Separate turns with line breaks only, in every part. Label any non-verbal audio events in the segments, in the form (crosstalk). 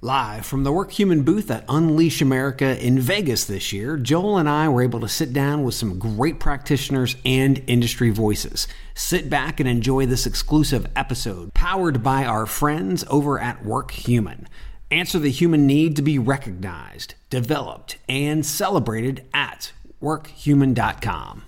Live from the Work Human booth at Unleash America in Vegas this year, Joel and I were able to sit down with some great practitioners and industry voices. Sit back and enjoy this exclusive episode powered by our friends over at Work Human. Answer the human need to be recognized, developed, and celebrated at workhuman.com.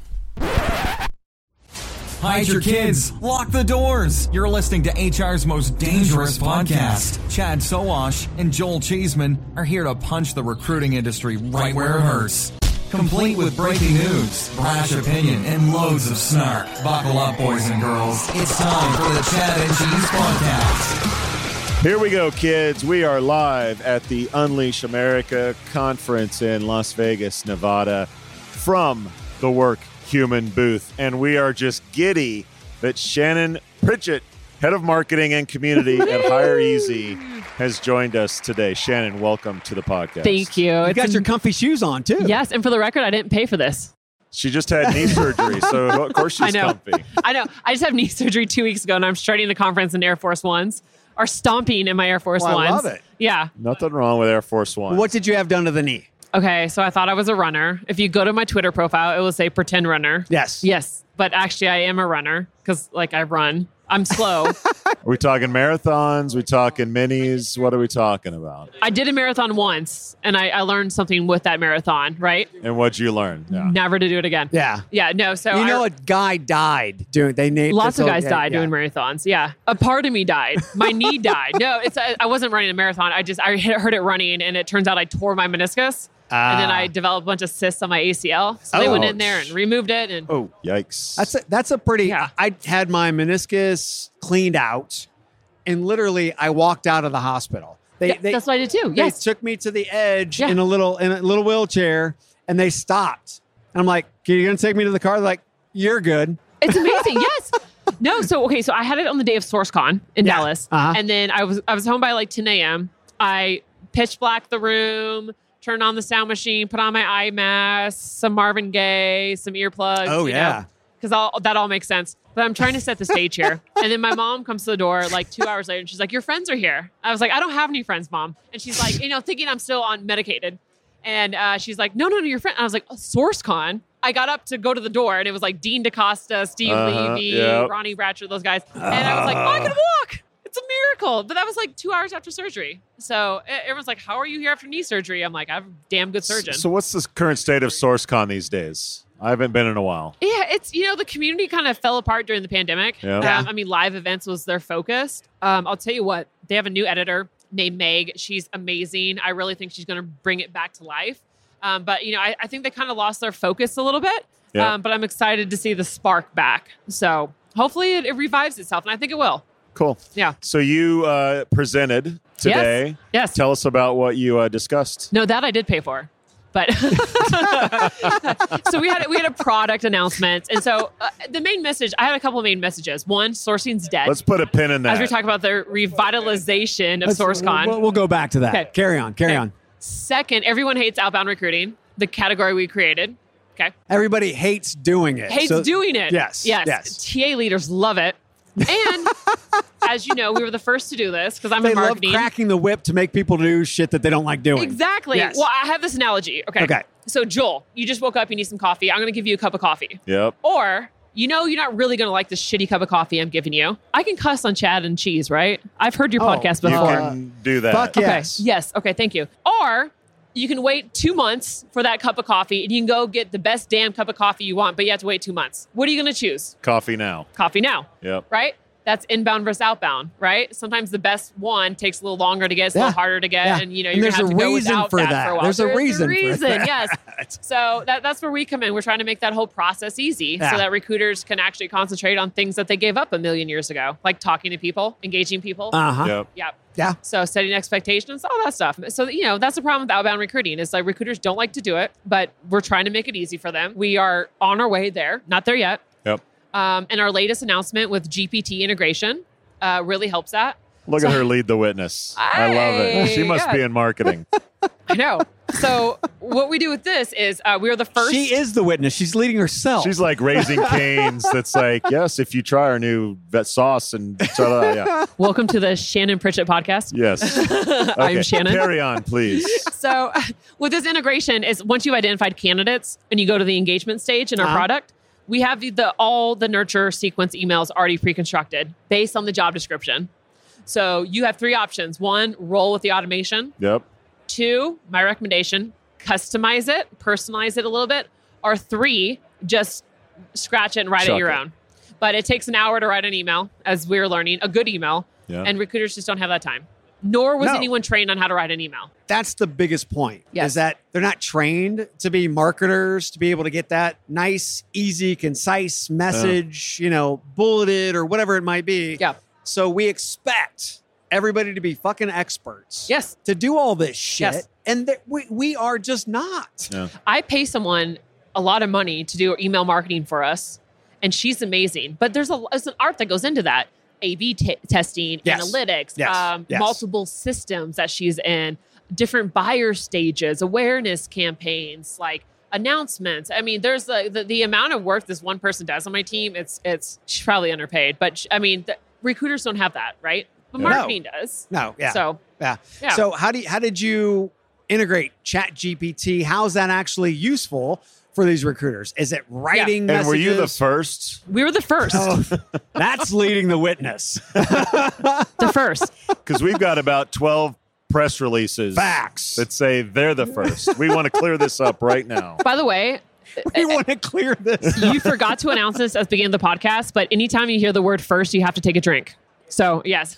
Hide your kids. Lock the doors. You're listening to HR's most dangerous podcast. Chad Soash and Joel Cheeseman are here to punch the recruiting industry right where it hurts. Complete with breaking news, brash opinion, and loads of snark. Buckle up, boys and girls. It's time for the Chad and Cheese podcast.
Here we go, kids. We are live at the Unleash America conference in Las Vegas, Nevada, from the Work Human booth. And we are just giddy that Shannon Pritchett, head of marketing and community at Hire Easy, has joined us today. Shannon, welcome to the podcast.
Thank you.
You
It's
got your comfy shoes on too.
yes, and for the record, I didn't pay for this.
She just had knee surgery, so
(laughs)
of course
I
she's
know.
comfy.
I know. I just had knee surgery two weeks ago, and I'm starting the conference in Air Force Ones. Are stomping in my Air Force
Well, I
Ones.
love it.
Yeah.
Nothing wrong with Air Force One.
What did you have done to the knee?
Okay. So I thought I was a runner. If you go to my Twitter profile, it will say pretend runner.
Yes.
Yes, but actually, I am a runner because like I run.
(laughs)
I'm slow.
Are we talking marathons? we talking minis? What are we talking about?
I did a marathon once, and I, I learned something with that marathon. Right.
And what'd you learn? Yeah.
Never to do it again.
Yeah.
Yeah. No. So
you
I-
know, a guy died doing. They named
Lots
that's
of
all-
guys
yeah,
died
yeah.
doing marathons. Yeah, a part of me died. My
(laughs)
knee died. No, it's I, I wasn't running a marathon. I just I hit, heard it running, and it turns out I tore my meniscus, and then
Ah.
I developed a bunch of cysts on my ACL. So they went in there and removed it, and
Oh, yikes.
That's a, that's a pretty.
Yeah.
I, I had my meniscus cleaned out, and literally, I walked out of the hospital. They,
Yeah,
they,
that's what I did too.
they
Yes,
took me to the edge
Yeah.
in a little in a little wheelchair, and they stopped. And I'm like, "You're gonna take me to the car?" They're like, "You're good." (laughs)
It's amazing. yes. No. So okay. So I had it on the day of SourceCon in
Yeah.
Dallas,
Uh-huh.
and then I was I was home by like 10 a.m. I pitch black the room, turned on the sound machine, put on my eye mask, some Marvin Gaye, some earplugs.
Oh, yeah.
Because all that all makes sense. But I'm trying to set the stage here, and then my mom comes to the door like two hours later, and she's like, "Your friends are here." I was like, "I don't have any friends, mom," and she's like, you know, thinking I'm still on medicated. And uh, she's like, no, no, no, your friend. I was like, oh, SourceCon. I got up to go to the door, and it was like Dean DaCosta, Steve
Uh-huh,
Levy,
yep.
Ronnie Ratcher, those guys. And I was like, oh, I can
Ah.
walk. It's a miracle. But that was like two hours after surgery. So e- everyone's like, how are you here after knee surgery? I'm like, I'm a damn good surgeon.
So, what's the current state of SourceCon these days? I haven't been in a while.
yeah, it's, you know, the community kind of fell apart during the pandemic.
Yeah.
Um, I mean, live events was their focus. Um, I'll tell you what, they have a new editor named Meg. She's amazing. I really think she's going to bring it back to life. Um, but, you know, I, I think they kind of lost their focus a little bit.
Yeah.
Um, but I'm excited to see the spark back. So hopefully it, it revives itself, and I think it will.
Cool.
Yeah.
So you uh, presented today.
Yes.
Tell us about what you uh, discussed.
No, that I did pay for. But (laughs) so we had we had a product announcement, and so uh, the main message I had a couple of main messages. One, sourcing's dead.
Let's put a pin in that.
as we talk about the revitalization of SourceCon.
We'll, we'll go back to that.
Okay.
Carry on. Carry on.
Second, everyone hates outbound recruiting, the category we created. Okay,
Everybody hates doing it.
hates
So-
doing it.
Yes,
yes,
yes.
TA leaders love it, and as you know, we were the first to do this because I'm
They
in
love
marketing.
cracking the whip to make people do shit that they don't like doing.
Exactly.
Yes.
Well, I have this analogy. Okay.
Okay.
So Joel, you just woke up. You need some coffee. I'm going to give you a cup of coffee.
Yep.
Or you know you're not really going to like this shitty cup of coffee I'm giving you. I can cuss on Chad and Cheese, right? I've heard your
Oh,
podcast
You
before.
can do that.
Fuck yes.
Okay. Yes. Okay. Thank you. Or you can wait two months for that cup of coffee and you can go get the best damn cup of coffee you want, but you have to wait two months. What are you going to choose?
Coffee now.
Coffee now,
Yep.
right? That's inbound versus outbound, right? Sometimes the best one takes a little longer to get, it's a
Yeah.
little harder to get,
Yeah.
and you know
And
you're
there's
gonna have
a
to go
reason
without
for
that,
that.
for a while.
There's a reason for
reason,
that.
yes.
(laughs)
So that, that's where we come in. We're trying to make that whole process easy,
Yeah.
so that recruiters can actually concentrate on things that they gave up a million years ago, like talking to people, engaging people.
Uh huh.
Yep.
yeah.
Yeah.
So setting expectations, all that stuff. So you know that's the problem with outbound recruiting is like recruiters don't like to do it, but we're trying to make it easy for them. We are on our way there, not there yet.
Yep.
Um, and our latest announcement with GPT integration uh, really helps that.
Look at her lead the witness. I, love it.
I-
She must
yeah.
be in marketing.
I know. So
(laughs)
what we do with this is uh, we are the first.
She is the witness. She's leading herself.
She's like
(laughs)
raising canes. That's like, yes, if you try our new vet sauce and ta-da,
(laughs)
yeah.
Welcome to the Shannon Pritchett podcast.
yes. Okay.
I'm Shannon.
Carry on, please.
(laughs) So, with this integration, is once you've identified candidates and you go to the engagement stage in our
Uh-huh.
product, we have the, the all the nurture sequence emails already pre-constructed based on the job description. So you have three options: one, roll with the automation;
Yep.
two, my recommendation, customize it, personalize it a little bit; or three, just scratch it and write
Chuck
it your
it.
own. But it takes an hour to write an email, as we're learning, a good email,
Yeah.
and recruiters just don't have that time. Nor was
No.
anyone trained on how to write an email.
That's the biggest point. Is
Yes.
that they're not trained to be marketers to be able to get that nice, easy, concise message. You know, bulleted or whatever it might be.
Yeah.
So we expect everybody to be fucking experts.
Yes.
To do all this shit,
Yes.
and that we we are just not.
Yeah.
I pay someone a lot of money to do email marketing for us, and she's amazing. But there's a it's an art that goes into that: A/B t- testing,
Yes.
analytics,
Yes.
Um,
Yes.
multiple systems that she's in, different buyer stages, awareness campaigns, like announcements. I mean, there's the the, the amount of work this one person does on my team. It's it's she's probably underpaid, but sh I mean, the, recruiters don't have that, right? But
No.
marketing does.
No. Yeah.
So
Yeah.
Yeah.
So how do you, how did you integrate Chat GPT? How is that actually useful for these recruiters? Is it writing
And were you the
messages?
first?
we were the first,
(laughs)
Oh, that's leading the witness.
the
(laughs)
first.
Because we've got about 12 press releases
Facts.
that say they're the first. We want to clear this up right now.
By the way, Uh,
we want to clear this.
you forgot to announce this at the beginning of the podcast, but anytime you hear the word first, you have to take a drink. So, yes,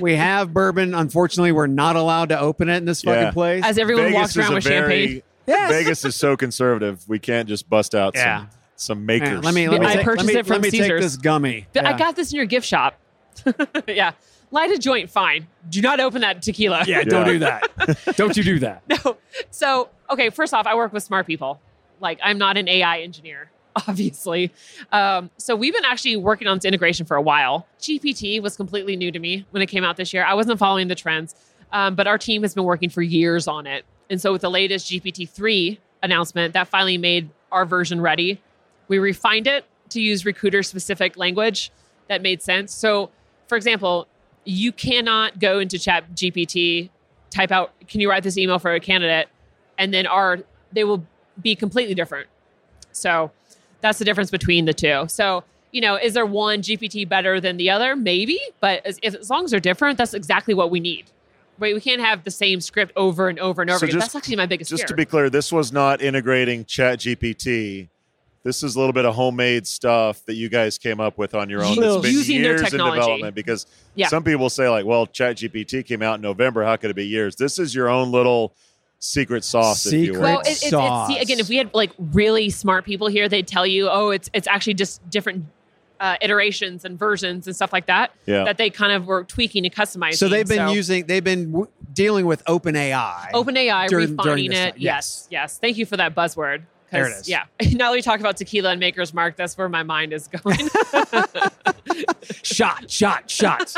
We have bourbon. Unfortunately, we're not allowed to open it in this
Yeah.
fucking place.
as everyone walks
is
around
a
with champagne.
Yes.
Vegas is so conservative. We can't just bust out
Yeah.
some, some
Hang
makers.
on, let me let me,
I
take, let
purchased
me,
it from
let me take
Caesars.
this gummy.
But I
Yeah.
got this in your gift shop. (laughs) yeah. Light a joint, fine. Do not open that tequila.
Yeah, don't
Yeah.
do that. don't you do that.
(laughs) So, okay, first off, I work with smart people. Like, I'm not an AI engineer, (laughs) obviously. Um, so, we've been actually working on this integration for a while. GPT was completely new to me when it came out this year. I wasn't following the trends, um, but our team has been working for years on it. And so, with the latest GPT 3 announcement, that finally made our version ready. We refined it to use recruiter specific language that made sense. So, for example, you cannot go into Chat GPT, type out, can you write this email for a candidate? And then our, they will be completely different. So that's the difference between the two. So, you know, is there one GPT better than the other? Maybe, but as, if, as long as they're different, that's exactly what we need. Right? We can't have the same script over and over and over
So
again.
just-
that's actually my biggest
Just
fear.
to be clear, this was not integrating ChatGPT. This is a little bit of homemade stuff that you guys came up with on your own.
Little-
That's been
Using their
years
technology.
in development because
Yeah.
some people say like, "Well, ChatGPT came out in November. How could it be years?" This is your own little secret sauce, if you
Secret
will.
Well,
Great
it, it's, it's
sauce.
see, again, if we had like really smart people here, they'd tell you, oh, it's it's actually just different uh, iterations and versions and stuff like that
Yeah.
that they kind of were tweaking and customizing.
So they've been using, they've been w- dealing with OpenAI.
OpenAI
during-
refining
during this
it.
time.
Yes. yes, Thank you for that buzzword. 'Cause,
There it is.
Yeah. (laughs) Now that we talk about tequila and Maker's Mark, that's where my mind is
(laughs)
going.
Shot,
(laughs)
shot, shot.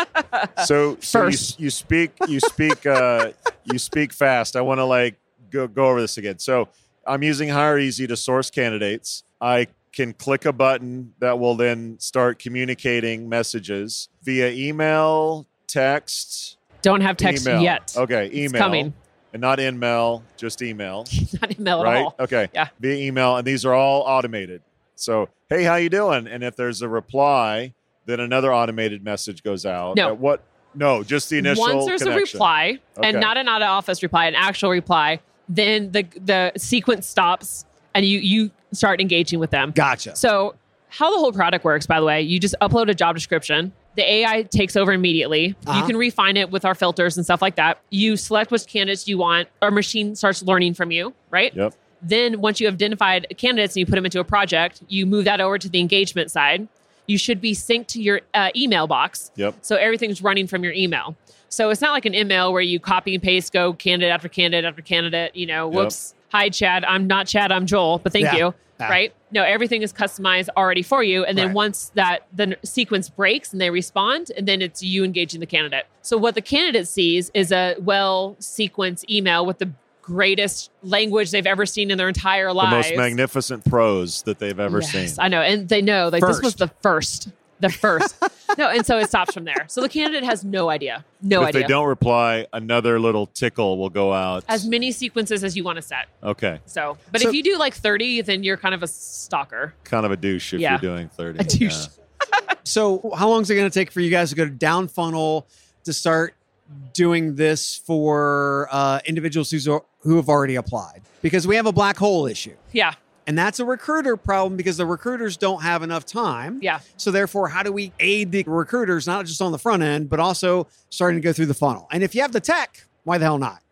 So, so you,
First.
you speak you speak uh, you speak fast. I want to like go go over this again. So I'm using Hire Easy to source candidates. I can click a button that will then start communicating messages via email, text,
Don't have text
email.
yet.
Okay, email.
It's coming.
And not in mail, just email.
(laughs) Not email at
right?
all.
Okay.
Yeah.
Via email, and these are all automated. So, hey, how you doing? And if there's a reply, then another automated message goes out.
No.
At what? No, just the initial.
Once there's a
connection.
reply,
Okay.
and not an out of office reply, an actual reply, then the the sequence stops and you you start engaging with them.
Gotcha.
So, how the whole product works, by the way, you just upload a job description. The AI takes over immediately. You
Uh-huh.
can refine it with our filters and stuff like that. You select which candidates you want. Our machine starts learning from you, right?
Yep.
Then, once you have identified candidates and you put them into a project, you move that over to the engagement side. You should be synced to your uh, email box.
Yep.
So everything's running from your email. So it's not like an email where you copy and paste, go candidate after candidate after candidate. You know,
Yep.
whoops, hi Chad, I'm not Chad, I'm Joel, but thank
Yeah.
you.
Yeah.
Right? No, everything is customized already for you. And then
Right.
once that the n- sequence breaks and they respond, and then it's you engaging the candidate. So what the candidate sees is a well sequenced email with the greatest language they've ever seen in their entire
The
lives.
most magnificent prose that they've ever
Yes,
seen.
I know. And they know like this was
First.
the first. The first.
(laughs)
no, and so it stops from there. So the candidate has no idea. No
if
idea.
they don't reply, another little tickle will go out.
as many sequences as you want to set.
okay,
So, but
So-
if you do like 30, then you're kind of a stalker.
kind of a douche if
Yeah.
you're doing thirty.
A douche.
So, how long is it going to take for you guys to go down funnel to start doing this for uh, individuals who's, who have already applied? Because we have a black hole issue,
Yeah.
and that's a recruiter problem because the recruiters don't have enough time.
Yeah.
So, therefore, how do we aid the recruiters, not just on the front end, but also starting to go through the funnel? And if you have the tech, why the hell not?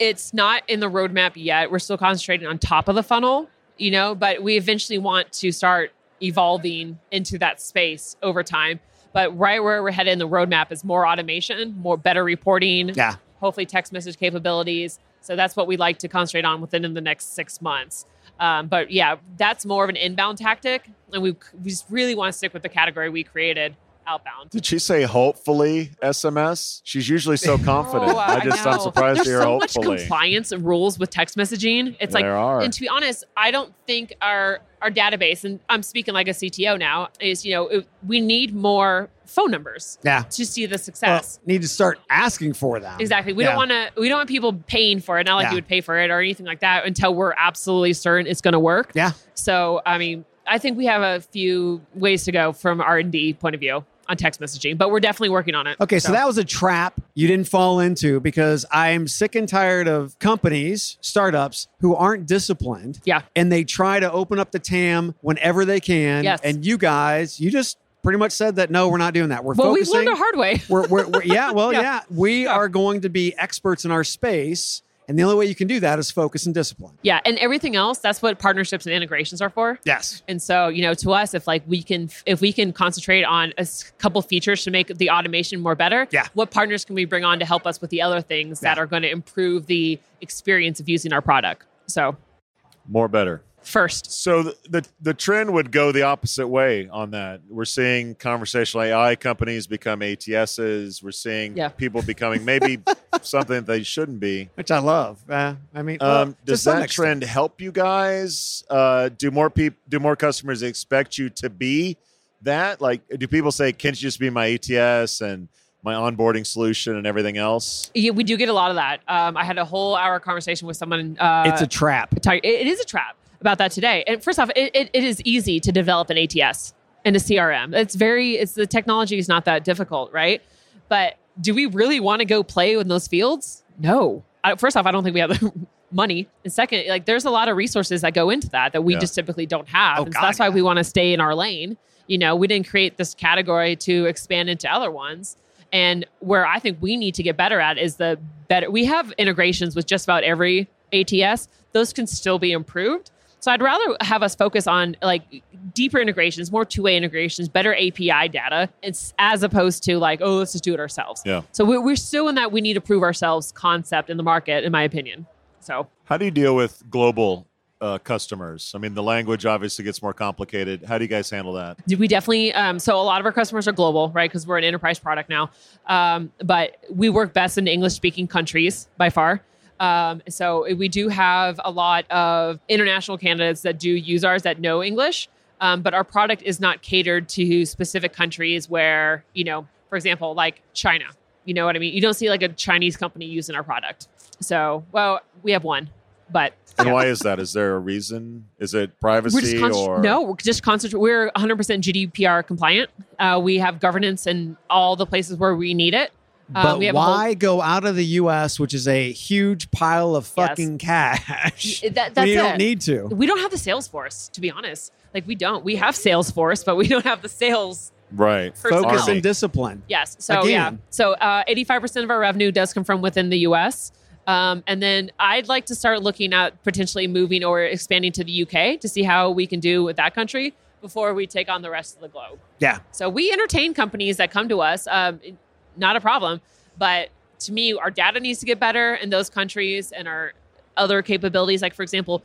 It's not in the roadmap yet. We're still concentrating on top of the funnel, you know, but we eventually want to start evolving into that space over time. But right where we're headed in the roadmap is more automation, more better reporting,
Yeah.
hopefully text message capabilities. So that's what we'd like to concentrate on within the next six months. Um, but yeah, that's more of an inbound tactic, and we we just really want to stick with the category we created, outbound.
Did she say hopefully SMS? She's usually
(laughs)
so confident.
Oh, uh,
I just
know.
I'm surprised
There's
to hear
so much
hopefully.
compliance and rules with text messaging. It's like,
There are.
and to be honest, I don't think our our database, and I'm speaking like a CTO now, is you know it, we need more phone numbers
Yeah.
to see the success.
Well, Oh, need to start asking for them.
Exactly. We
Yeah.
don't want to. We don't want people paying for it. Not like
Yeah.
you would pay for it or anything like that until we're absolutely certain it's going to work.
Yeah.
So I mean, I think we have a few ways to go from R and D point of view on text messaging, but we're definitely working on it.
Okay, so, that was a trap you didn't fall into because I am sick and tired of companies, startups who aren't disciplined.
Yeah.
And they try to open up the TAM whenever they can.
Yes.
And you guys, you just pretty much said that no, we're not doing that. We're
Well, we've
focusing.
learned the hard way.
(laughs) we're, we're, we're- yeah, well, yeah.
(laughs) Yeah.
We are going to be experts in our space. And the only way you can do that is focus and discipline.
Yeah, and everything else. That's what partnerships and integrations are for.
Yes.
And so, you know, to us, if like we can, if we can concentrate on a s- couple features to make the automation more better,
Yeah.
what partners can we bring on to help us with the other things that
Yeah.
are going to improve the experience of using our product? So,
More better.
first,
So the, the the trend would go the opposite way on that. We're seeing conversational AI companies become ATSs. We're seeing
Yeah.
people becoming
(laughs)
maybe something that they shouldn't be.
Which I love. Uh, I mean, well,
Um,
to
does
some
that
extent.
trend help you guys? Uh, do more people do more customers expect you to be that? Like, do people say, "Can't you just be my ATS and my onboarding solution and everything else?"
yeah, we do get a lot of that. Um, I had a whole hour conversation with someone. Uh,
it's a trap.
talk- it- it is a trap about that today. And first off, it, it, it is easy to develop an ATS and a CRM. It's very, it's the technology is not that difficult, right? But do we really want to go play in those fields? No. I, first off, I don't think we have the (laughs) money. And second, like there's a lot of resources that go into that that we
Yeah.
just typically don't have.
Oh,
and
God,
so that's why
yeah.
we want to stay in our lane. You know, we didn't create this category to expand into other ones. And where I think we need to get better at is the better we have integrations with just about every ATS. Those can still be improved. So I'd rather have us focus on like deeper integrations, more two-way integrations, better API data, it's, as opposed to like, oh, let's just do it ourselves.
Yeah.
So we're, we're still in that we need to prove ourselves concept in the market, in my opinion. So
How do you deal with global uh, customers? I mean, the language obviously gets more complicated. How do you guys handle that?
we definitely um, so a lot of our customers are global right because we're an enterprise product now um, but we work best in english speaking countries by far um, so we do have a lot of international candidates that do use ours that know english um, but our product is not catered to specific countries where you know for example like china you know what i mean you don't see like a chinese company using our product so well we have one but
And why is that? Is there a reason? Is it privacy
we're just concent-
or
no we're just concentrate we're 100% gdpr compliant uh, we have governance in all the places where we need it Uh,
but
we have a whole-
why go out of the U.S., which is a huge pile of
Yes.
fucking cash?
That- that's
when you don't
it.
need to.
we don't have the sales force to be honest like we don't we have sales force but we don't have the sales
right?
personnel.
Focus
Army.
and discipline.
yes so
Again.
yeah so uh, 85% of our revenue does come from within the us um, and then i'd like to start looking at potentially moving or expanding to the uk to see how we can do with that country before we take on the rest of the globe
Yeah.
So we entertain companies that come to us, um, not a problem. But to me, our data needs to get better in those countries and our other capabilities. Like, for example,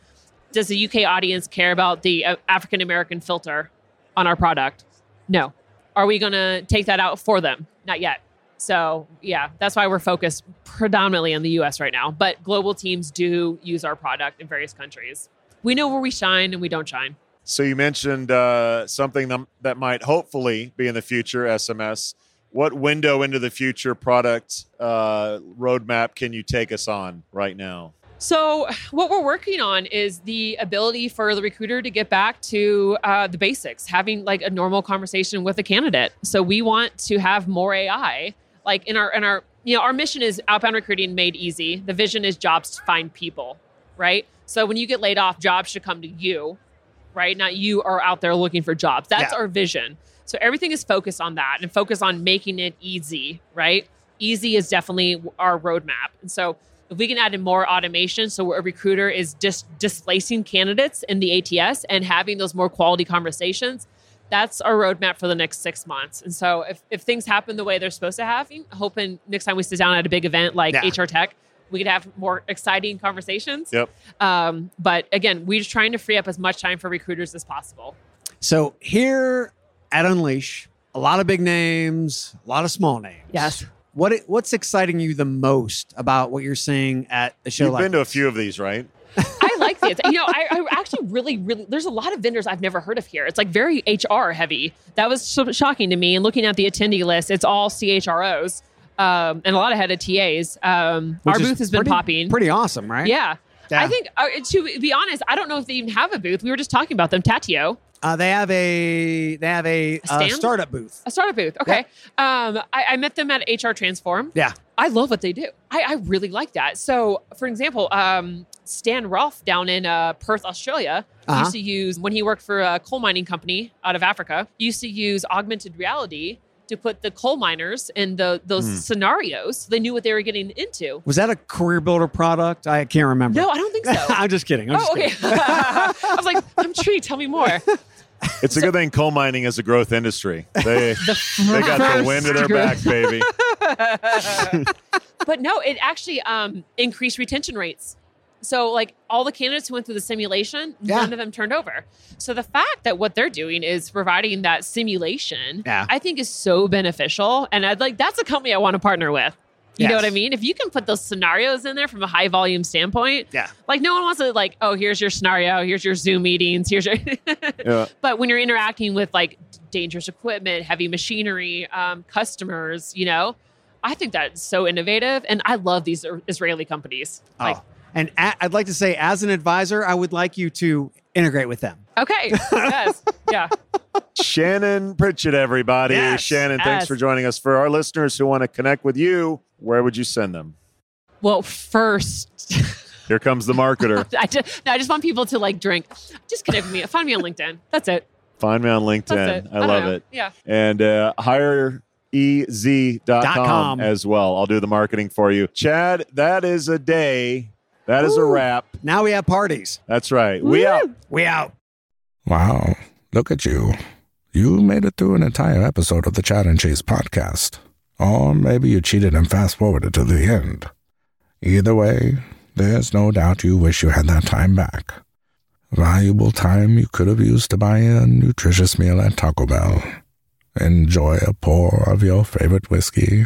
does the UK audience care about the uh, African American filter on our product? No. Are we going to take that out for them? Not yet. So, yeah, that's why we're focused predominantly on the US right now. But global teams do use our product in various countries. We know where we shine and we don't shine.
So you mentioned uh, something that, that might hopefully be in the future SMS. What window into the future product uh, roadmap can you take us on right now?
So, what we're working on is the ability for the recruiter to get back to uh, the basics, having like a normal conversation with a candidate. So, we want to have more AI. Like in our in our you know our mission is outbound recruiting made easy. The vision is jobs to find people, right? So when you get laid off, jobs should come to you, right? Not you are out there looking for jobs. That's
Yeah.
our vision. So everything is focused on that and focus on making it easy, right? Easy is definitely our roadmap. And so if we can add in more automation, so a recruiter is just displacing candidates in the ATS and having those more quality conversations, that's our roadmap for the next six months. And so if, if things happen the way they're supposed to happen, hoping next time we sit down at a big event like
Yeah.
HR Tech, we could have more exciting conversations.
Yep.
Um, but again, we're just trying to free up as much time for recruiters as possible.
So here at Unleash, a lot of big names, a lot of small names.
Yes.
What what's exciting you the most about what you're seeing at a show
You've
like
been to a few of these, right?
I like the You know, I, I actually really, really, there's a lot of vendors I've never heard of here. It's like very HR heavy. That was so shocking to me. And looking at the attendee list, it's all CHROs um, and a lot of head of TAs. Um,
Which
our
is
booth has been
pretty-
popping.
Pretty awesome, right?
yeah.
Yeah.
I think, uh, to be honest, I don't know if they even have a booth. We were just talking about them, Tatio.
Uh, they have a they have a, uh,
stand?
startup booth.
A startup booth. Okay. Um, I, I met them at HR Transform.
Yeah.
I love what they do. I, I really like that. So, for example, um, Stan Rolfe down in uh, Perth, Australia,
Uh-huh.
used to use, when he worked for a coal mining company out of Africa, used to use augmented reality to put the coal miners in the those
Hmm.
scenarios. So they knew what they were getting into.
Was that a career builder product? I can't remember.
No, I don't think so.
(laughs) I'm just kidding. I'm
oh,
just
okay.
kidding.
(laughs) I was like, I'm intrigued. Tell me
(laughs)
more.
It's a good thing coal mining is a growth industry. They
(laughs)
they got the wind in their back, baby.
but no, it actually um, increased retention rates. So, like all the candidates who went through the simulation,
Yeah.
none of them turned over. So, the fact that what they're doing is providing that simulation,
Yeah.
I think is so beneficial. And I'd like that's a company I want to partner with. You know
Yes.
what I mean? If you can put those scenarios in there from a high volume standpoint,
Yeah.
like no one wants to like, oh, here's your scenario, here's your Zoom meetings, here's
(laughs)
your. (laughs)
Yeah.
But when you're interacting with like dangerous equipment, heavy machinery, um, customers, you know, I think that's so innovative. And I love these Ir- Israeli companies. Like,
Oh. And a, I'd like to say, as an advisor, I would like you to integrate with them.
okay.
(laughs)
yes. Yeah.
Shannon Pritchett, everybody.
Yes.
Shannon, thanks
Yes.
for joining us. For our listeners who want to connect with you, where would you send them?
Well, first, (laughs)
Here comes the marketer.
I just, I just want people to like drink. Just connect with me. Find me on LinkedIn. That's it.
Find me on
That's
LinkedIn.
it.
I
don't
love
know.
it.
Yeah.
and uh, E hireez.com
com.
as well. I'll do the marketing for you. Chad, that is a day That is a wrap.
Now we have parties.
That's right. We out.
We out.
Wow, look at you. You made it through an entire episode of the Chat and Cheese podcast. Or maybe you cheated and fast forwarded to the end. Either way, there's no doubt you wish you had that time back. Valuable time you could have used to buy a nutritious meal at Taco Bell, enjoy a pour of your favorite whiskey,